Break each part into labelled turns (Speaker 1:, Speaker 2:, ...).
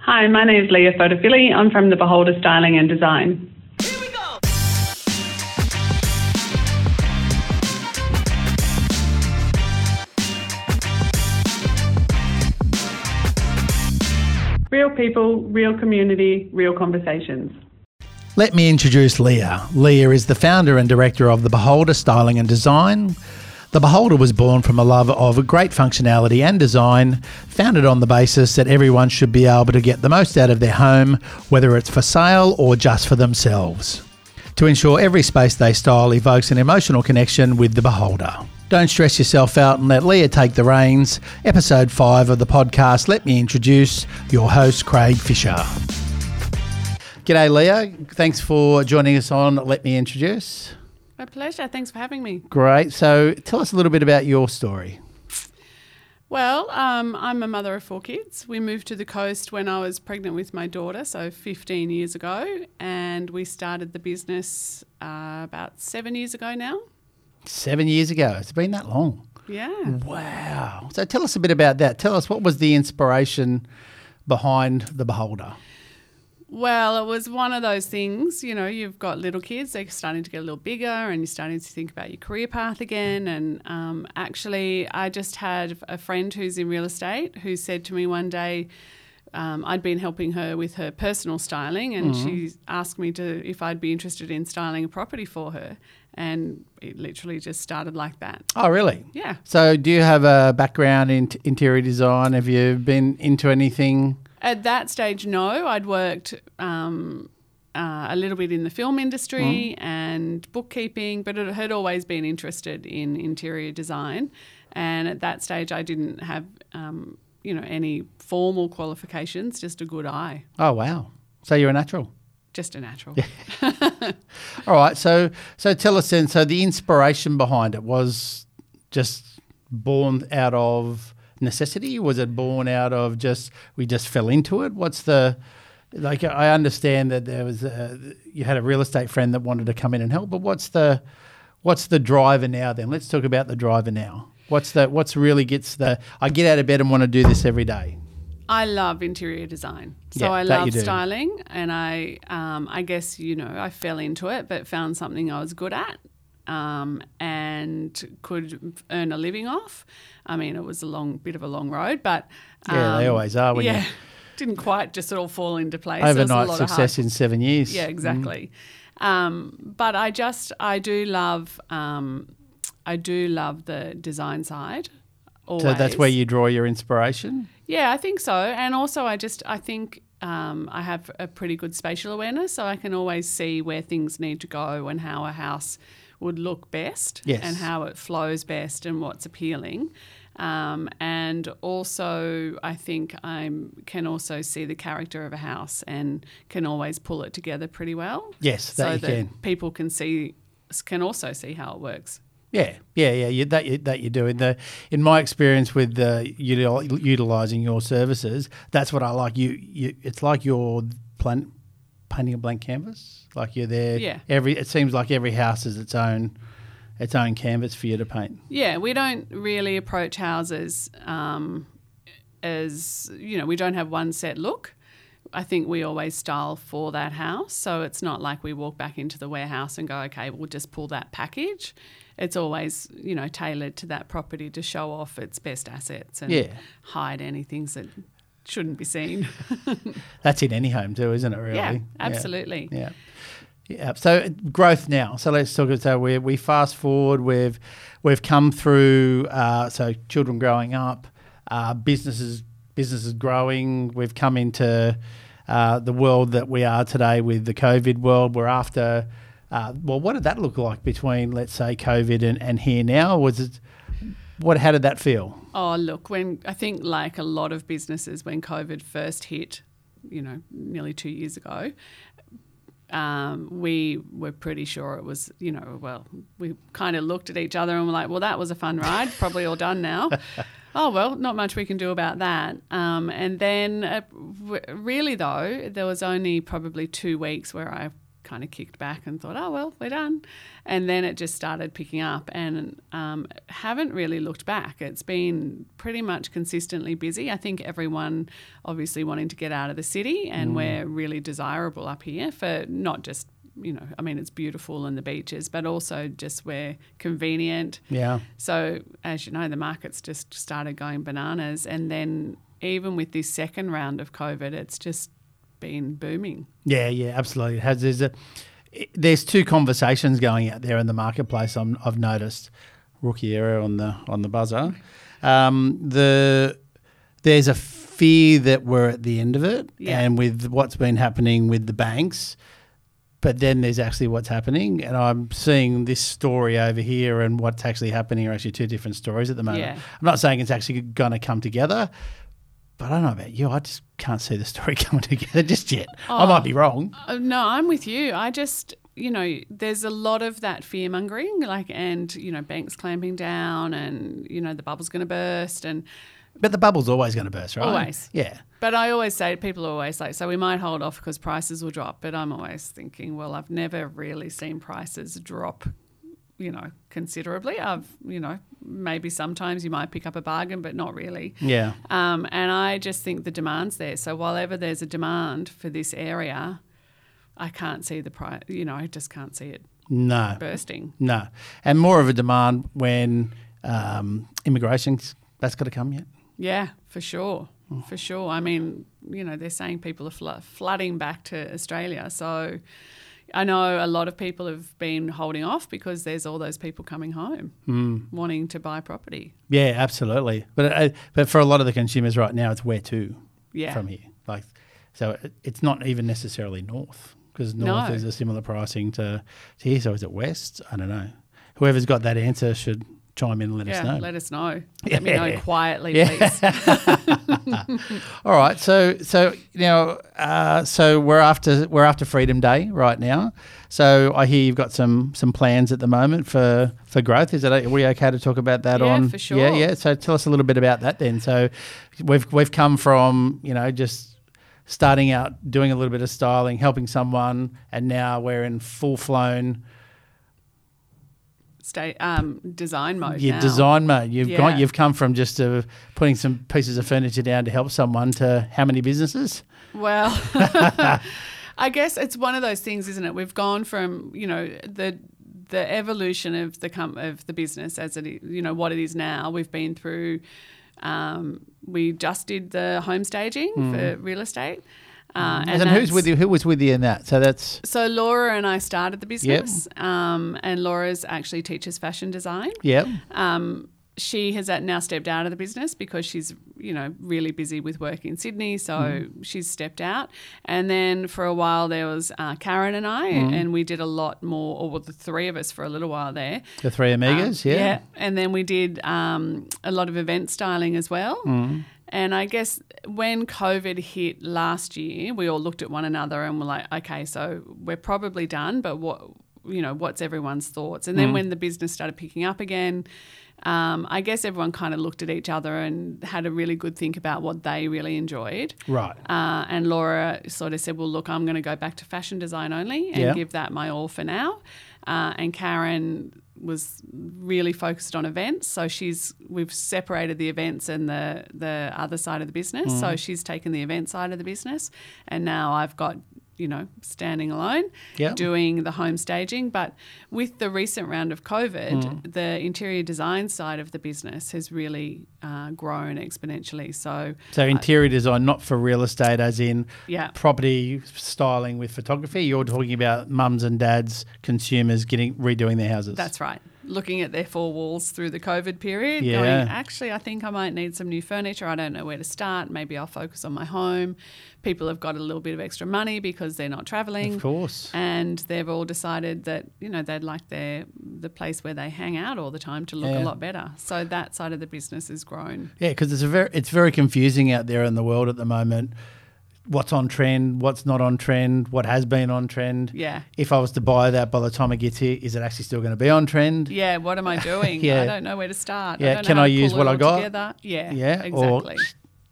Speaker 1: Hi, my name is Leah Fotofili. I'm from the Beholder Styling and Design. Real people, real community, real conversations.
Speaker 2: Let me introduce Leah. Leah is the founder and director of The Beholder Styling and Design. The Beholder was born from a love of great functionality and design, founded on the basis that everyone should be able to get the most out of their home, whether it's for sale or just for themselves. To ensure every space they style evokes an emotional connection with the beholder. Don't stress yourself out and let Leah take the reins. Episode 5 of the podcast, let me introduce your host, Craig Fisher. G'day, Leah. Thanks for joining us on Let Me Introduce.
Speaker 1: My pleasure. Thanks for having me.
Speaker 2: Great. So tell us a little bit about your story.
Speaker 1: Well, um, I'm a mother of four kids. We moved to the coast when I was pregnant with my daughter, so 15 years ago, and we started the business uh, about seven years ago now.
Speaker 2: Seven years ago. It's been that long.
Speaker 1: Yeah.
Speaker 2: Wow. So tell us a bit about that. Tell us what was the inspiration behind The Beholder?
Speaker 1: Well, it was one of those things, you know, you've got little kids, they're starting to get a little bigger, and you're starting to think about your career path again. And um, actually, I just had a friend who's in real estate who said to me one day, um, I'd been helping her with her personal styling, and she asked me to if I'd be interested in styling a property for her. And it literally just started like that.
Speaker 2: Oh, really?
Speaker 1: Yeah.
Speaker 2: So do you have a background in t- interior design? Have you been into anything?
Speaker 1: At that stage, no. I'd worked um, uh, a little bit in the film industry and bookkeeping, but it had always been interested in interior design. And at that stage, I didn't have, um, you know, any formal qualifications, just a good eye,
Speaker 2: Oh, wow. So you're a natural.
Speaker 1: just a natural.
Speaker 2: All right. So so tell us then. So the inspiration behind it was just born out of necessity. Was it born out of just we just fell into it? What's the like? I understand that there was a, you had a real estate friend that wanted to come in and help, but what's the what's the driver now? Then let's talk about the driver now. What's the what's really gets the I get out of bed and want to do this every day.
Speaker 1: I love interior design, so
Speaker 2: Yeah,
Speaker 1: I
Speaker 2: that you
Speaker 1: love
Speaker 2: do.
Speaker 1: styling, and I, um, I guess you know, I fell into it, but found something I was good at, um, and could earn a living off. I mean, it was a long, bit of a long road, but um,
Speaker 2: Yeah, they always are when you-
Speaker 1: yeah, didn't quite just all fall into place. There was a
Speaker 2: Overnight
Speaker 1: lot of hard
Speaker 2: success in Mm-hmm. seven years.
Speaker 1: yeah, exactly. Um, but I just I do love um, I do love the design side. Always.
Speaker 2: So that's where you draw your inspiration.
Speaker 1: Yeah, I think so. And also, I just I think um, I have a pretty good spatial awareness, so I can always see where things need to go and how a house would look best,
Speaker 2: Yes.
Speaker 1: and how it flows best, and what's appealing. Um, and also, I think I can also see the character of a house and can always pull it together pretty well.
Speaker 2: Yes, that
Speaker 1: so
Speaker 2: you
Speaker 1: that
Speaker 2: can.
Speaker 1: people can see can also see how it works.
Speaker 2: Yeah, yeah, yeah. You, that you, that you do in the in my experience with the util, utilizing your services, that's what I like. You, you it's like you're plan, painting a blank canvas. Like you're there.
Speaker 1: Yeah.
Speaker 2: Every it seems like every house is its own its own canvas for you to paint.
Speaker 1: Yeah, we don't really approach houses um, as, you know, we don't have one set look. I think we always style for that house. So it's not like we walk back into the warehouse and go, okay, we'll just pull that package. It's always, you know, tailored to that property to show off its best assets and
Speaker 2: Yeah.
Speaker 1: hide any things that shouldn't be seen.
Speaker 2: That's in any home too, isn't it? Really.
Speaker 1: yeah, absolutely.
Speaker 2: Yeah. Yeah. So uh, growth now. So let's talk. So we we fast forward. We've we've come through. Uh, so children growing up, uh, businesses businesses growing. We've come into uh, the world that we are today with the COVID world. We're after. Uh, well, what did that look like between, let's say, COVID and, and here now? Was it what? How did that feel?
Speaker 1: Oh, look, when I think like a lot of businesses, when COVID first hit, you know, nearly two years ago, um, we were pretty sure it was, you know, well, we kind of looked at each other and were like, well, that was a fun ride, probably all done now. oh, well, not much we can do about that. Um, and then, uh, w- really, though, there was only probably two weeks where I kind of kicked back and thought, oh, well, we're done. And then it just started picking up and um, haven't really looked back. It's been pretty much consistently busy. I think everyone obviously wanting to get out of the city, and we're really desirable up here for not just, you know, I mean, it's beautiful and the beaches, but also just we're convenient.
Speaker 2: Yeah.
Speaker 1: So, as you know, the markets just started going bananas. And then, even with this second round of COVID, it's just been booming.
Speaker 2: Yeah, yeah, absolutely. It has there's a it- there's two conversations going out there in the marketplace. I'm, I've noticed rookie error on the on the buzzer. Um, the there's a fear that we're at the end of it,
Speaker 1: Yeah.
Speaker 2: and with what's been happening with the banks. But then there's actually what's happening, and I'm seeing this story over here and what's actually happening are actually two different stories at the moment.
Speaker 1: Yeah.
Speaker 2: I'm not saying it's actually going to come together, but I don't know about you. I just can't see the story coming together just yet. I might be wrong.
Speaker 1: Uh, no, I'm with you. I just, you know, there's a lot of that fear mongering, like, and, you know, banks clamping down and, you know, the bubble's going to burst. And,
Speaker 2: But the bubble's always going to burst, right?
Speaker 1: Always.
Speaker 2: Yeah.
Speaker 1: but I always say, people are always like, so we might hold off because prices will drop. But I'm always thinking, well, I've never really seen prices drop, you know, considerably. I've, you know, maybe sometimes you might pick up a bargain, but not really.
Speaker 2: Yeah.
Speaker 1: Um, and I just think the demand's there. So, while ever there's a demand for this area, I can't see the price, you know, I just can't see it
Speaker 2: No.
Speaker 1: bursting.
Speaker 2: No. And more of a demand when um, immigration, that's got to come yet.
Speaker 1: Yeah, for sure.
Speaker 2: Hmm.
Speaker 1: For sure. I mean, you know, they're saying people are flo- flooding back to Australia. So I know a lot of people have been holding off because there's all those people coming home
Speaker 2: Hmm.
Speaker 1: wanting to buy property.
Speaker 2: Yeah, absolutely. But uh, but for a lot of the consumers right now, it's where to
Speaker 1: Yeah.
Speaker 2: from here. Like, so it- it's not even necessarily north because north
Speaker 1: No.
Speaker 2: is a similar pricing to, to here. So is it west? I don't know. Whoever's got that answer should chime in and let us
Speaker 1: yeah,
Speaker 2: know.
Speaker 1: let us know. Let me know
Speaker 2: Yeah.
Speaker 1: quietly,
Speaker 2: Yeah.
Speaker 1: please.
Speaker 2: All right, so so you know, uh, so we're after we're after Freedom Day right now. So I hear you've got some some plans at the moment for for growth. Is that are we okay to talk about that
Speaker 1: Yeah,
Speaker 2: on?
Speaker 1: for sure.
Speaker 2: Yeah, yeah. So tell us a little bit about that then. So we've we've come from you know just starting out doing a little bit of styling, helping someone, and now we're in full flown
Speaker 1: Stay um, design mode.
Speaker 2: your
Speaker 1: now.
Speaker 2: design mode. You've
Speaker 1: Yeah.
Speaker 2: gone, you've come from just uh, putting some pieces of furniture down to help someone to how many businesses?
Speaker 1: Well, I guess it's one of those things, isn't it? We've gone from you know the the evolution of the com- of the business as it i- you know what it is now. We've been through. Um, we just did the home staging for real estate. Uh,
Speaker 2: Hmm. And, who's
Speaker 1: that's-
Speaker 2: with you? Who was with you in that? So that's
Speaker 1: So Laura and I started the business, um, and Laura's actually teaches fashion design.
Speaker 2: yeah,
Speaker 1: Um, she has at- now stepped out of the business because she's, you know, really busy with work in Sydney. So she's stepped out. And then for a while there was uh, Karen and I, and we did a lot more, or well, the three of us for a little while there.
Speaker 2: the three amigas.
Speaker 1: Um,
Speaker 2: yeah.
Speaker 1: And then we did um, a lot of event styling as well. And I guess when COVID hit last year, we all looked at one another and were like, okay, so we're probably done, but what, you know, what's everyone's thoughts? And then when the business started picking up again, um, I guess everyone kind of looked at each other and had a really good think about what they really enjoyed.
Speaker 2: right.
Speaker 1: Uh, and Laura sort of said, Well, look, I'm going to go back to fashion design only and
Speaker 2: Yeah.
Speaker 1: give that my all for now. Uh, and Karen was really focused on events. So she's, we've separated the events and the, the other side of the business. So
Speaker 2: Mm.
Speaker 1: she's taken the event side of the business. And now I've got, you know, standing alone
Speaker 2: Yeah.
Speaker 1: doing the home staging. But with the recent round of COVID,
Speaker 2: Mm.
Speaker 1: the interior design side of the business has really uh, grown exponentially. So,
Speaker 2: So interior design, not for real estate, as in
Speaker 1: Uh, yeah.
Speaker 2: property styling with photography. You're talking about mums and dads, consumers getting redoing their houses.
Speaker 1: That's right. Looking at their four walls through the COVID period,
Speaker 2: Yeah.
Speaker 1: going, actually, I think I might need some new furniture. I don't know where to start. Maybe I'll focus on my home. People have got a little bit of extra money because they're not traveling.
Speaker 2: of course.
Speaker 1: And they've all decided that, you know, they'd like their the place where they hang out all the time to look
Speaker 2: Yeah.
Speaker 1: a lot better. So that side of the business has grown.
Speaker 2: Yeah, because it's a very it's very confusing out there in the world at the moment. What's on trend? What's not on trend? What has been on trend?
Speaker 1: Yeah.
Speaker 2: If I was to buy that by the time it gets here, is it actually still going to be on trend?
Speaker 1: Yeah, what am I doing?
Speaker 2: Yeah.
Speaker 1: I don't know where to start.
Speaker 2: Yeah,
Speaker 1: I don't know
Speaker 2: can
Speaker 1: how
Speaker 2: I
Speaker 1: to
Speaker 2: use
Speaker 1: pull
Speaker 2: what
Speaker 1: it
Speaker 2: I
Speaker 1: all
Speaker 2: got?
Speaker 1: Together. Yeah,
Speaker 2: Yeah, or-
Speaker 1: exactly.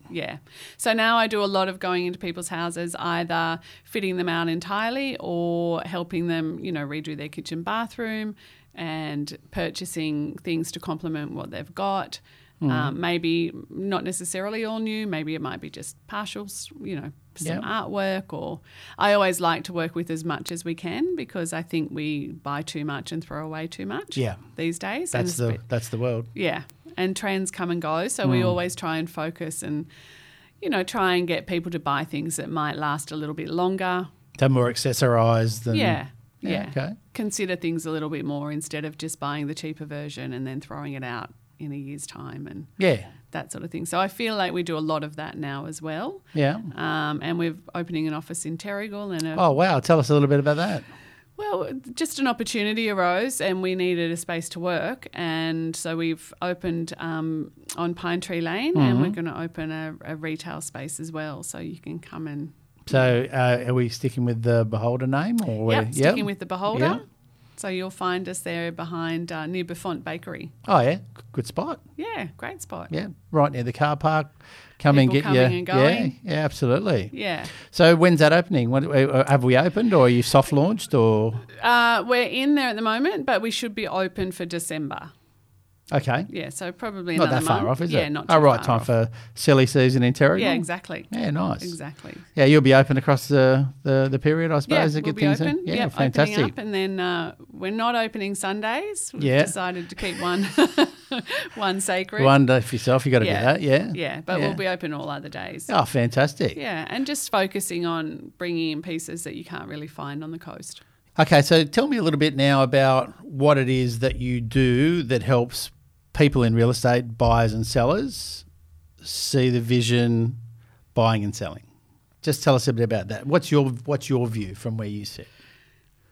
Speaker 1: Yeah. So now I do a lot of going into people's houses, either fitting them out entirely or helping them, you know, redo their kitchen bathroom and purchasing things to complement what they've got.
Speaker 2: Mm.
Speaker 1: Um, maybe not necessarily all new, maybe it might be just partials, you know, some
Speaker 2: Yep.
Speaker 1: artwork or I always like to work with as much as we can because I think we buy too much and throw away too much
Speaker 2: Yeah.
Speaker 1: these days. And
Speaker 2: That's the Hmm.
Speaker 1: espe-
Speaker 2: that's the world.
Speaker 1: yeah. And trends come and go. So we always try and focus and, you know, try and get people to buy things that might last a little bit longer.
Speaker 2: They're more accessorized than
Speaker 1: Yeah. Yeah.
Speaker 2: Hmm. Okay.
Speaker 1: Consider things a little bit more instead of just buying the cheaper version and then throwing it out in a year's time and
Speaker 2: Yeah.
Speaker 1: that sort of thing. So I feel like we do a lot of that now as well.
Speaker 2: Yeah.
Speaker 1: Um, and we're opening an office in Terrigal and a
Speaker 2: Oh wow! Tell us a little bit about that.
Speaker 1: Well, just an opportunity arose, and we needed a space to work, and so we've opened um, on Pine Tree Lane, and
Speaker 2: Mm-hmm.
Speaker 1: we're going to open a, a retail space as well, so you can come and
Speaker 2: So, uh, are we sticking with the Beholder name, or we're
Speaker 1: yep, sticking with the Beholder.
Speaker 2: Yeah.
Speaker 1: So you'll find us there behind uh, near Buffont Bakery.
Speaker 2: Oh yeah, G- good spot.
Speaker 1: Yeah, great spot.
Speaker 2: Yeah, right near the car park. Come and
Speaker 1: People coming
Speaker 2: get your
Speaker 1: and going.
Speaker 2: yeah, yeah, absolutely.
Speaker 1: Yeah.
Speaker 2: So when's that opening? When, uh, have we opened, or are you soft launched, or
Speaker 1: Uh, we're in there at the moment, but we should be open for December.
Speaker 2: okay?
Speaker 1: Yeah, so probably
Speaker 2: Not
Speaker 1: another
Speaker 2: that far
Speaker 1: month.
Speaker 2: off, is it?
Speaker 1: Yeah, not too
Speaker 2: oh, right,
Speaker 1: far
Speaker 2: time
Speaker 1: off.
Speaker 2: for silly season in Terrigal.
Speaker 1: Yeah, exactly.
Speaker 2: Yeah, nice.
Speaker 1: Exactly.
Speaker 2: Yeah, you'll be open across the, the, the period, I
Speaker 1: Yeah,
Speaker 2: suppose. to
Speaker 1: we'll
Speaker 2: get
Speaker 1: be
Speaker 2: things in.
Speaker 1: open.
Speaker 2: Yeah,
Speaker 1: Yep, opening
Speaker 2: fantastic.
Speaker 1: up, and then uh, we're not opening Sundays. We've
Speaker 2: Yeah.
Speaker 1: decided to keep one one sacred.
Speaker 2: One day for yourself, you got to
Speaker 1: Yeah.
Speaker 2: do that. Yeah,
Speaker 1: Yeah, but we'll be open all other days.
Speaker 2: Oh, fantastic.
Speaker 1: Yeah, and just focusing on bringing in pieces that you can't really find on the coast.
Speaker 2: Okay, so tell me a little bit now about what it is that you do that helps people in real estate, buyers and sellers, see the vision, buying and selling. Just tell us a bit about that. What's your what's your view from where you sit?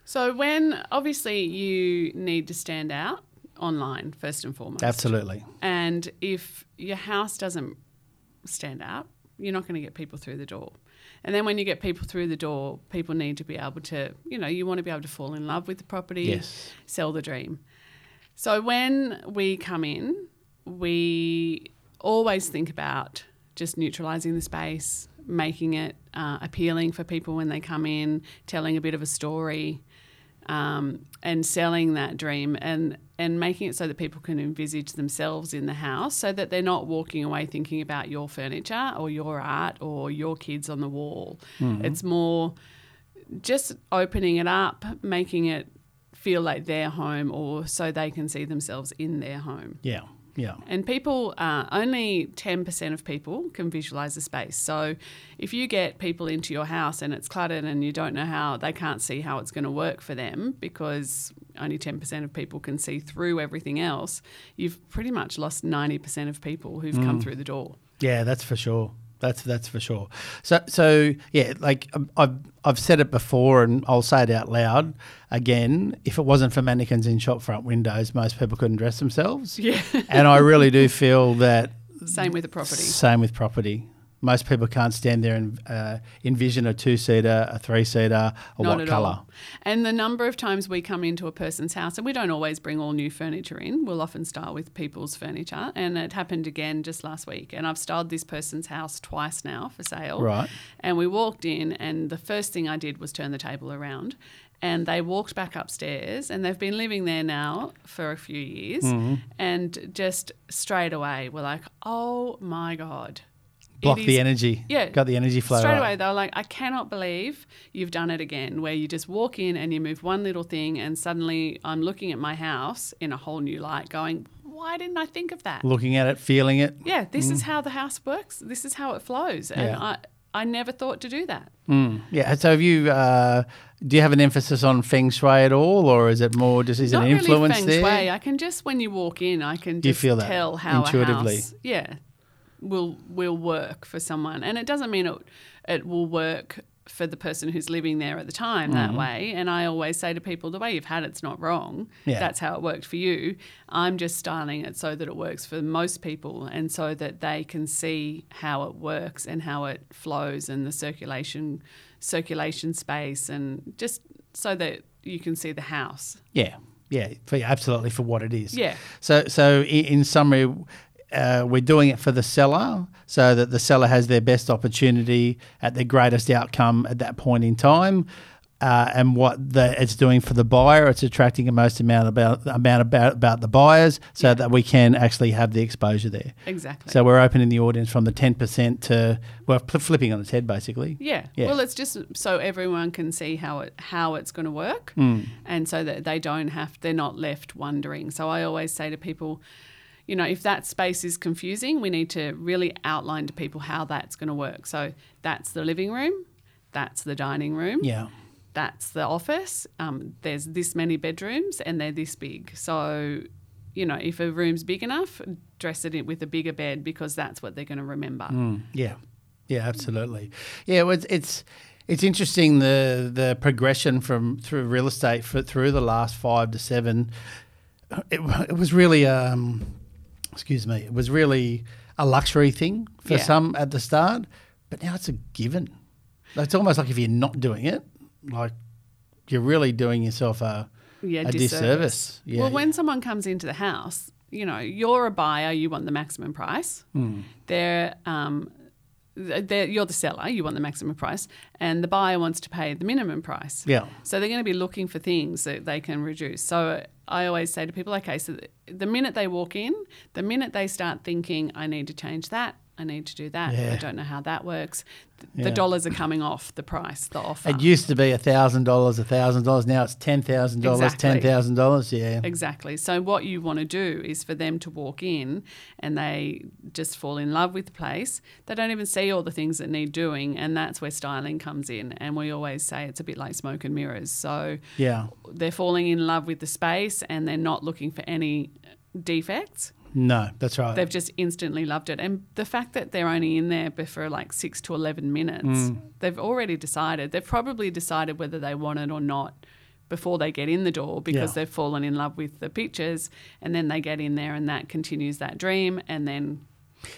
Speaker 1: So when obviously you need to stand out online first and foremost.
Speaker 2: Absolutely.
Speaker 1: And if your house doesn't stand out, you're not going to get people through the door. And then when you get people through the door, people need to be able to, you know, you want to be able to fall in love with the property,
Speaker 2: Yes.
Speaker 1: sell the dream. So when we come in, we always think about just neutralizing the space, making it uh, appealing for people when they come in, telling a bit of a story, um, and selling that dream and and making it so that people can envisage themselves in the house, so that they're not walking away thinking about your furniture or your art or your kids on the wall. It's more just opening it up, making it feel like their home or so they can see themselves in their home.
Speaker 2: Yeah. Yeah.
Speaker 1: And people, uh, only 10% of people can visualize a space. So if you get people into your house and it's cluttered and you don't know how, they can't see how it's going to work for them because only 10% of people can see through everything else, you've pretty much lost 90% of people who've come through the door.
Speaker 2: Yeah, that's for sure. That's that's for sure. So so yeah, like um, I've I've said it before, and I'll say it out loud again. If it wasn't for mannequins in shop front windows, most people couldn't dress themselves.
Speaker 1: Yeah.
Speaker 2: and I really do feel that.
Speaker 1: Same with the property.
Speaker 2: Same with property. Most people can't stand there and uh, envision a two seater, a three seater, or
Speaker 1: Not
Speaker 2: what
Speaker 1: at
Speaker 2: colour.
Speaker 1: all. And the number of times we come into a person's house, and we don't always bring all new furniture in. We'll often start with people's furniture, and it happened again just last week. And I've styled this person's house twice now for sale.
Speaker 2: Right.
Speaker 1: And we walked in, and the first thing I did was turn the table around. And they walked back upstairs, and they've been living there now for a few years.
Speaker 2: Mm-hmm.
Speaker 1: And just straight away, we're like, oh my God. it
Speaker 2: Block
Speaker 1: is
Speaker 2: the energy.
Speaker 1: yeah.
Speaker 2: Got the energy flow.
Speaker 1: Straight
Speaker 2: right.
Speaker 1: away, they were like, I cannot believe you've done it again, where you just walk in and you move one little thing, and suddenly I'm looking at my house in a whole new light, going, Why didn't I think of that?
Speaker 2: Looking at it, feeling it.
Speaker 1: Yeah, this is how the house works. This is how it flows. And
Speaker 2: Mm. Yeah.
Speaker 1: I, I never thought to do that.
Speaker 2: Yeah. So have you? Uh, do you have an emphasis on feng shui at all, or is it more just is it
Speaker 1: Not
Speaker 2: an influence
Speaker 1: really feng
Speaker 2: there?
Speaker 1: shui. I can just, when you walk in, I can just
Speaker 2: You feel that
Speaker 1: tell how
Speaker 2: intuitively.
Speaker 1: a house, yeah, will, will work for someone. And it doesn't mean it, it will work for the person who's living there at the time
Speaker 2: Mm-hmm.
Speaker 1: that way. And I always say to people, the way you've had it's not wrong.
Speaker 2: Yeah.
Speaker 1: That's how it worked for you. I'm just styling it so that it works for most people and so that they can see how it works and how it flows and the circulation circulation space and just so that you can see the house
Speaker 2: Yeah, yeah, for, absolutely for what it is.
Speaker 1: Yeah.
Speaker 2: So, so i- in summary, uh, we're doing it for the seller so that the seller has their best opportunity at their greatest outcome at that point in time. Uh, and what the, it's doing for the buyer, it's attracting the most amount about amount about, about the buyers, so that we can actually have the exposure there.
Speaker 1: Exactly.
Speaker 2: So we're opening the audience from the ten percent to we're fl- flipping on its head basically.
Speaker 1: Yeah.
Speaker 2: Yeah.
Speaker 1: Well, it's just so everyone can see how it how it's going to work,
Speaker 2: Mm.
Speaker 1: and so that they don't have they're not left wondering. So I always say to people, you know, if that space is confusing, we need to really outline to people how that's going to work. So that's the living room, that's the dining room,
Speaker 2: Yeah.
Speaker 1: that's the office. Um, there's this many bedrooms and they're this big. So, you know, if a room's big enough, dress it in with a bigger bed because that's what they're going to remember.
Speaker 2: Yeah, yeah, absolutely. Yeah, well, it's it's it's interesting the the progression from through real estate for, through the last five to seven. It, wa- it was really, um, excuse me, it was really a luxury thing for
Speaker 1: Yeah.
Speaker 2: some at the start, but now it's a given. It's almost like if you're not doing it, like you're really doing yourself a
Speaker 1: yeah,
Speaker 2: a disservice. Yeah,
Speaker 1: well, when someone comes into the house, you know, you're a buyer, you want the maximum price.
Speaker 2: Hmm.
Speaker 1: They're, um, th- they're, you're the seller, you want the maximum price, and the buyer wants to pay the minimum price.
Speaker 2: yeah,
Speaker 1: So they're going to be looking for things that they can reduce. So I always say to people, okay, so th- the minute they walk in, the minute they start thinking, I need to change that, I need to do that,
Speaker 2: Yeah.
Speaker 1: I don't know how that works, th-
Speaker 2: Yeah.
Speaker 1: the dollars are coming off the price, the offer.
Speaker 2: it used to be a thousand dollars, a thousand dollars. Now it's ten thousand dollars, ten
Speaker 1: Exactly.
Speaker 2: thousand dollars. Yeah,
Speaker 1: Exactly. So what you want to do is for them to walk in and they just fall in love with the place. They don't even see all the things that need doing, and that's where styling comes in. And we always say it's a bit like smoke and mirrors. So
Speaker 2: yeah.
Speaker 1: they're falling in love with the space and they're not looking for any defects.
Speaker 2: No, that's right.
Speaker 1: They've just instantly loved it. And the fact that they're only in there but for like six to 11 minutes,
Speaker 2: Mm.
Speaker 1: they've already decided. They've probably decided whether they want it or not before they get in the door because
Speaker 2: Yeah.
Speaker 1: they've fallen in love with the pictures. And then they get in there and that continues that dream. And then,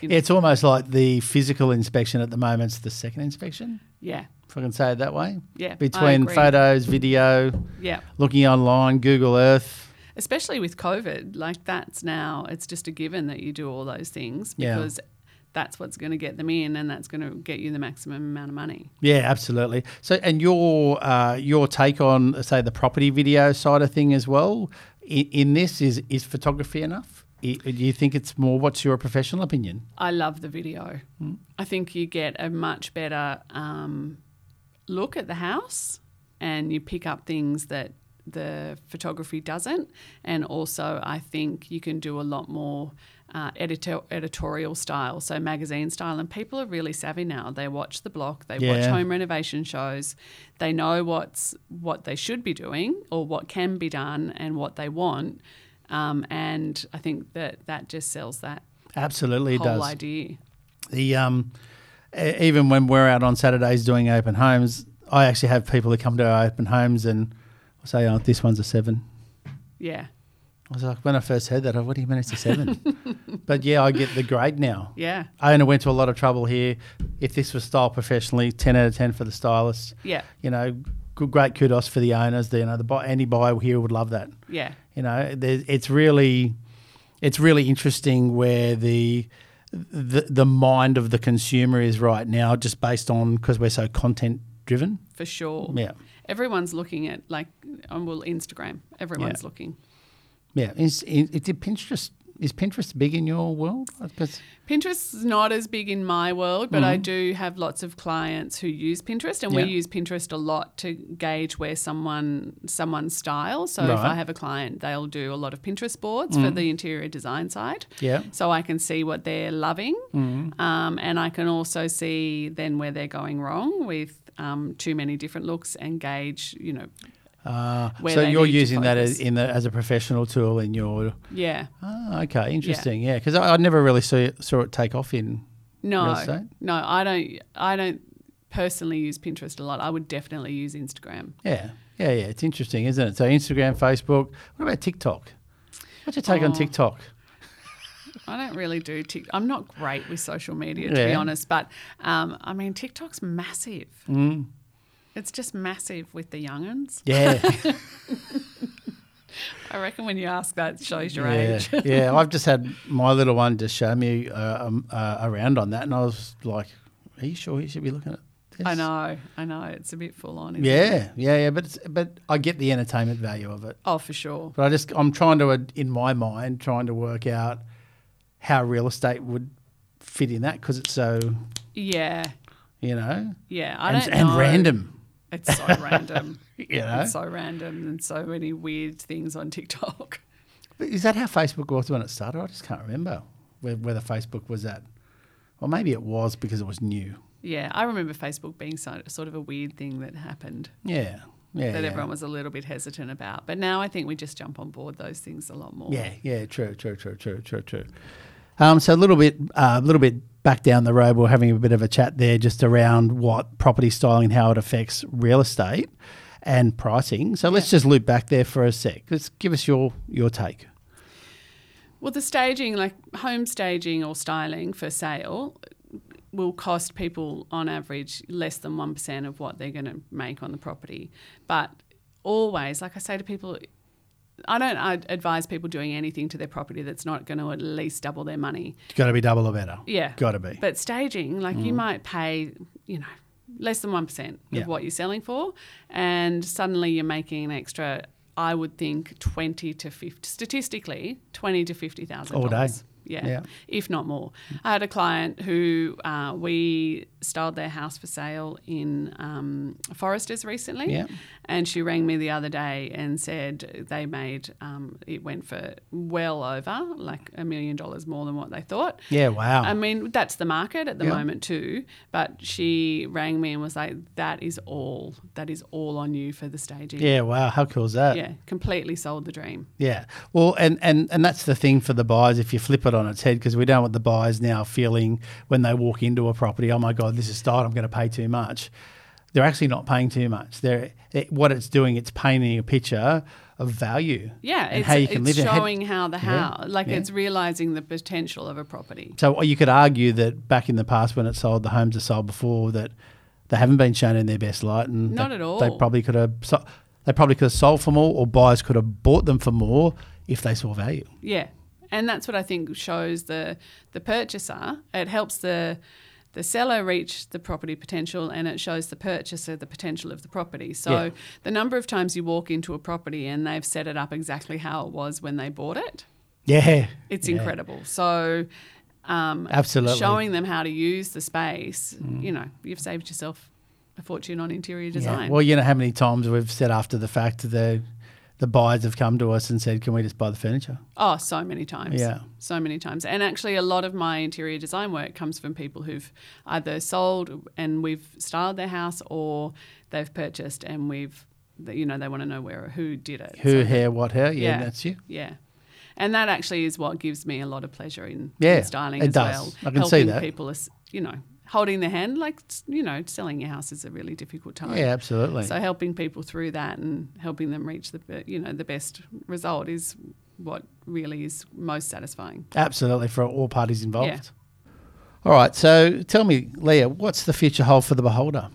Speaker 1: you know,
Speaker 2: it's almost like the physical inspection at the moment's the second inspection,
Speaker 1: yeah,
Speaker 2: if I can say it that way.
Speaker 1: Yeah, I
Speaker 2: Between
Speaker 1: agree.
Speaker 2: photos, video,
Speaker 1: yeah.
Speaker 2: looking online, Google Earth.
Speaker 1: especially with COVID, like that's now, it's just a given that you do all those things
Speaker 2: Yeah.
Speaker 1: because that's what's going to get them in and that's going to get you the maximum amount of money.
Speaker 2: Yeah, absolutely. So, and your uh, your take on say the property video side of thing as well in, in this is is photography enough? I do you think it's more? What's your professional opinion?
Speaker 1: I love the video.
Speaker 2: Mm.
Speaker 1: I think you get a much better um, look at the house and you pick up things that the photography doesn't. And also, I think you can do a lot more uh, editor- editorial style, so magazine style. And people are really savvy now. They watch the block, they watch
Speaker 2: Yeah.
Speaker 1: home renovation shows, they know what's what they should be doing or what can be done and what they want. Um, and I think that that just sells that
Speaker 2: Absolutely, it
Speaker 1: whole
Speaker 2: does.
Speaker 1: idea.
Speaker 2: the um, e- even when we're out on Saturdays doing open homes, I actually have people who come to our open homes and say, "Oh, this one's a seven.
Speaker 1: Yeah,
Speaker 2: I was like, when I first heard that, I what do you mean it's a seven? but yeah, I get the grade now.
Speaker 1: yeah,
Speaker 2: I only went to a lot of trouble here. If this was styled professionally, ten out of ten for the stylist.
Speaker 1: yeah,
Speaker 2: You know, good, great kudos for the owners. The, you know, the buy, any buyer here would love that.
Speaker 1: yeah,
Speaker 2: You know, there's- it's really, it's really interesting where the the, the mind of the consumer is right now, just based on because we're so content driven.
Speaker 1: for sure.
Speaker 2: Yeah,
Speaker 1: Everyone's looking at like on well Instagram. Everyone's looking.
Speaker 2: yeah. Is, is, is Pinterest is Pinterest big in your world? 'Cause-
Speaker 1: Pinterest's not as big in my world, but I do have lots of clients who use Pinterest, and
Speaker 2: Mm-hmm. Yeah.
Speaker 1: we use Pinterest a lot to gauge where someone someone's style. So if
Speaker 2: Right. Mm.
Speaker 1: I have a client, they'll do a lot of Pinterest boards for the interior design side.
Speaker 2: yeah. Mm.
Speaker 1: so I can see what they're loving, um, and I can also see then where they're going wrong with um, too many different looks and gauge, you know,
Speaker 2: Ah,
Speaker 1: where
Speaker 2: so
Speaker 1: they
Speaker 2: you're
Speaker 1: need to
Speaker 2: using that as
Speaker 1: focus.
Speaker 2: in the, as a professional tool in your.
Speaker 1: yeah,
Speaker 2: Ah, okay, interesting. Yeah, because I, I never really saw it, saw it take off in. Real estate?
Speaker 1: no, no, I don't, I don't personally use Pinterest a lot. I would definitely use Instagram.
Speaker 2: Yeah, yeah, yeah. It's interesting, isn't it? So Instagram, Facebook. What about TikTok? What's your take on
Speaker 1: Oh,
Speaker 2: TikTok?
Speaker 1: I don't really do TikTok. I'm not great with social media, to be
Speaker 2: Yeah.
Speaker 1: honest. But um, I mean, TikTok's massive.
Speaker 2: Mm.
Speaker 1: It's just massive with the young'uns.
Speaker 2: Yeah,
Speaker 1: I reckon when you ask that, it shows your
Speaker 2: yeah,
Speaker 1: age.
Speaker 2: yeah. I've just had my little one just show me uh, um, uh, around on that, and I was like, "Are you sure you should be looking at this?"
Speaker 1: I know, I know. It's a bit full on. Isn't It?
Speaker 2: Yeah, yeah, yeah. But it's, but I get the entertainment value of it.
Speaker 1: Oh, for sure.
Speaker 2: But I just I'm trying to uh, in my mind trying to work out how real estate would fit in that because it's so
Speaker 1: Yeah,
Speaker 2: you know
Speaker 1: yeah. I
Speaker 2: and,
Speaker 1: don't
Speaker 2: and
Speaker 1: know.
Speaker 2: random.
Speaker 1: It's so random.
Speaker 2: You know,
Speaker 1: It's so random and so many weird things on TikTok.
Speaker 2: But is that how Facebook was when it started? I just can't remember whe- whether Facebook was at. Well, maybe it was because it was new.
Speaker 1: Yeah, I remember Facebook being so, sort of a weird thing that happened
Speaker 2: Yeah, yeah,
Speaker 1: that
Speaker 2: yeah.
Speaker 1: everyone was a little bit hesitant about. But now I think we just jump on board those things a lot more.
Speaker 2: Yeah, yeah, true, true, true, true, true, true. Um, so a little bit, a little bit back down the road, we we're having a bit of a chat there, just around what property styling and how it affects real estate and pricing. So let's just loop back there for a sec. Let's give us your your take.
Speaker 1: Well, the staging, like home staging or styling for sale, will cost people on average less than 1% of what they're going to make on the property. But always, like I say to people, I don't I advise people doing anything to their property that's not going to at least double their money.
Speaker 2: It's got to be double or better.
Speaker 1: Yeah.
Speaker 2: got to be. Mm.
Speaker 1: But staging, like you might pay, you know, less than 1% of
Speaker 2: Yeah.
Speaker 1: what you're selling for, and suddenly you're making an extra, I would think, 20 to 50, statistically, 20 to 50,000.
Speaker 2: All day.
Speaker 1: Yeah,
Speaker 2: Yeah.
Speaker 1: if not more. I had a client who uh, we styled their house for sale in um, Foresters recently,
Speaker 2: Yeah.
Speaker 1: and she rang me the other day and said they made um, it went for well over like a million dollars more than what they thought.
Speaker 2: Yeah, wow.
Speaker 1: I mean, that's the market at the
Speaker 2: Oh. Yeah.
Speaker 1: moment too. But she rang me and was like, "That is all. That is all on you for the staging."
Speaker 2: yeah, wow. How cool is that?
Speaker 1: Yeah, completely sold the dream.
Speaker 2: Yeah. Well, and, and, and that's the thing for the buyers if you flip it on its head, because we don't want the buyers now feeling when they walk into a property, oh my God, this is styled, I'm going to pay too much. They're actually not paying too much. They're, it, what it's doing, it's painting a picture of value.
Speaker 1: Yeah,
Speaker 2: and
Speaker 1: it's,
Speaker 2: how you can
Speaker 1: it's
Speaker 2: live in it. Had-
Speaker 1: showing how the
Speaker 2: Yeah,
Speaker 1: how, like
Speaker 2: yeah.
Speaker 1: it's realizing the potential of a property.
Speaker 2: So uh, you could argue that back in the past when it sold, the homes that sold before, that they haven't been shown in their best light, and
Speaker 1: Not
Speaker 2: they,
Speaker 1: at all.
Speaker 2: They probably could have, so, they probably could have sold for more, or buyers could have bought them for more if they saw value.
Speaker 1: Yeah, and that's what I think shows the the purchaser. It helps the the seller reach the property potential, and it shows the purchaser the potential of the property. So
Speaker 2: Yeah.
Speaker 1: the number of times you walk into a property and they've set it up exactly how it was when they bought it,
Speaker 2: Yeah,
Speaker 1: it's
Speaker 2: Yeah.
Speaker 1: incredible. So. Um,
Speaker 2: Absolutely. Mm.
Speaker 1: Showing them how to use the space, you know, you've saved yourself a fortune on interior design.
Speaker 2: Well, you know how many times we've said after the fact the the buyers have come to us and said, "Can we just buy the furniture?"
Speaker 1: Oh, so many times.
Speaker 2: Yeah.
Speaker 1: So many times. And actually, a lot of my interior design work comes from people who've either sold and we've styled their house or they've purchased and we've, you know, they want to know where, who did it.
Speaker 2: Who,
Speaker 1: So-
Speaker 2: hair, what hair? Yeah, that's you.
Speaker 1: Yeah. And that actually is what gives me a lot of pleasure in,
Speaker 2: Yeah,
Speaker 1: in styling
Speaker 2: it
Speaker 1: as
Speaker 2: does.
Speaker 1: well.
Speaker 2: I can see
Speaker 1: Helping
Speaker 2: that.
Speaker 1: people, as- you know, holding their hand, like, you know, selling your house is a really difficult time.
Speaker 2: Oh, Yeah, absolutely.
Speaker 1: So helping people through that and helping them reach the be- you know the best result is what really is most satisfying.
Speaker 2: absolutely for all parties involved. All right. So tell me, Leah, what's the future hold for the beholder?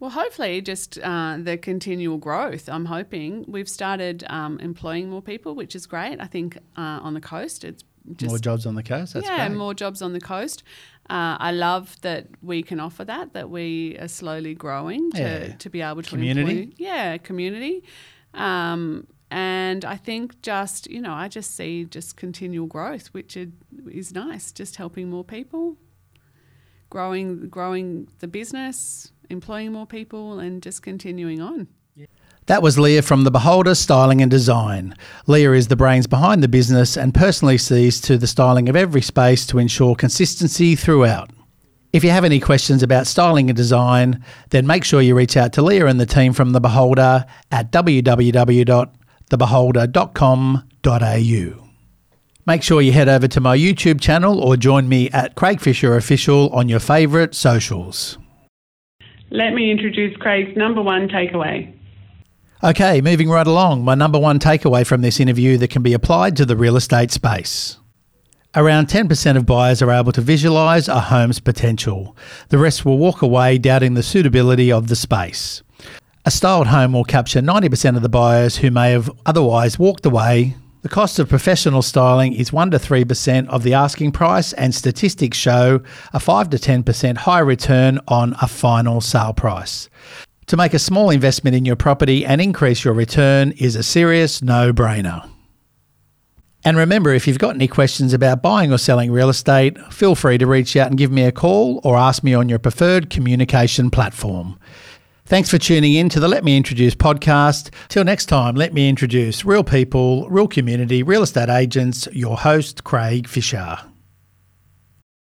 Speaker 1: Well, hopefully, just uh, the continual growth. I'm hoping we've started um, employing more people, which is great. I think uh, on the coast, it's just
Speaker 2: More jobs on the coast. That's
Speaker 1: yeah,
Speaker 2: great.
Speaker 1: more jobs on the coast. Uh, I love that we can offer that, that we are slowly growing to,
Speaker 2: Yeah.
Speaker 1: to be able to
Speaker 2: Community.
Speaker 1: employ- yeah, community. Um, and I think just, you know, I just see just continual growth, which is, is nice, just helping more people, growing, growing the business, employing more people, and just continuing on.
Speaker 2: That was Leah from The Beholder Styling and Design. Leah is the brains behind the business and personally sees to the styling of every space to ensure consistency throughout. If you have any questions about styling and design, then make sure you reach out to Leah and the team from The Beholder at www.thebeholder.com.au. Make sure you head over to my YouTube channel or join me at Craig Fisher Official on your favourite socials.
Speaker 1: Let me introduce Craig's number one takeaway.
Speaker 2: Okay, moving right along. My number one takeaway from this interview that can be applied to the real estate space. Around 10% of buyers are able to visualise a home's potential. The rest will walk away doubting the suitability of the space. A styled home will capture 90% of the buyers who may have otherwise walked away. The cost of professional styling is 1 to 3% of the asking price, and statistics show a 5 to 10% high return on a final sale price. To make a small investment in your property and increase your return is a serious no brainer. And remember, if you've got any questions about buying or selling real estate, feel free to reach out and give me a call or ask me on your preferred communication platform. Thanks for tuning in to the Let Me Introduce podcast. Till next time, let me introduce real people, real community, real estate agents, your host, Craig Fisher.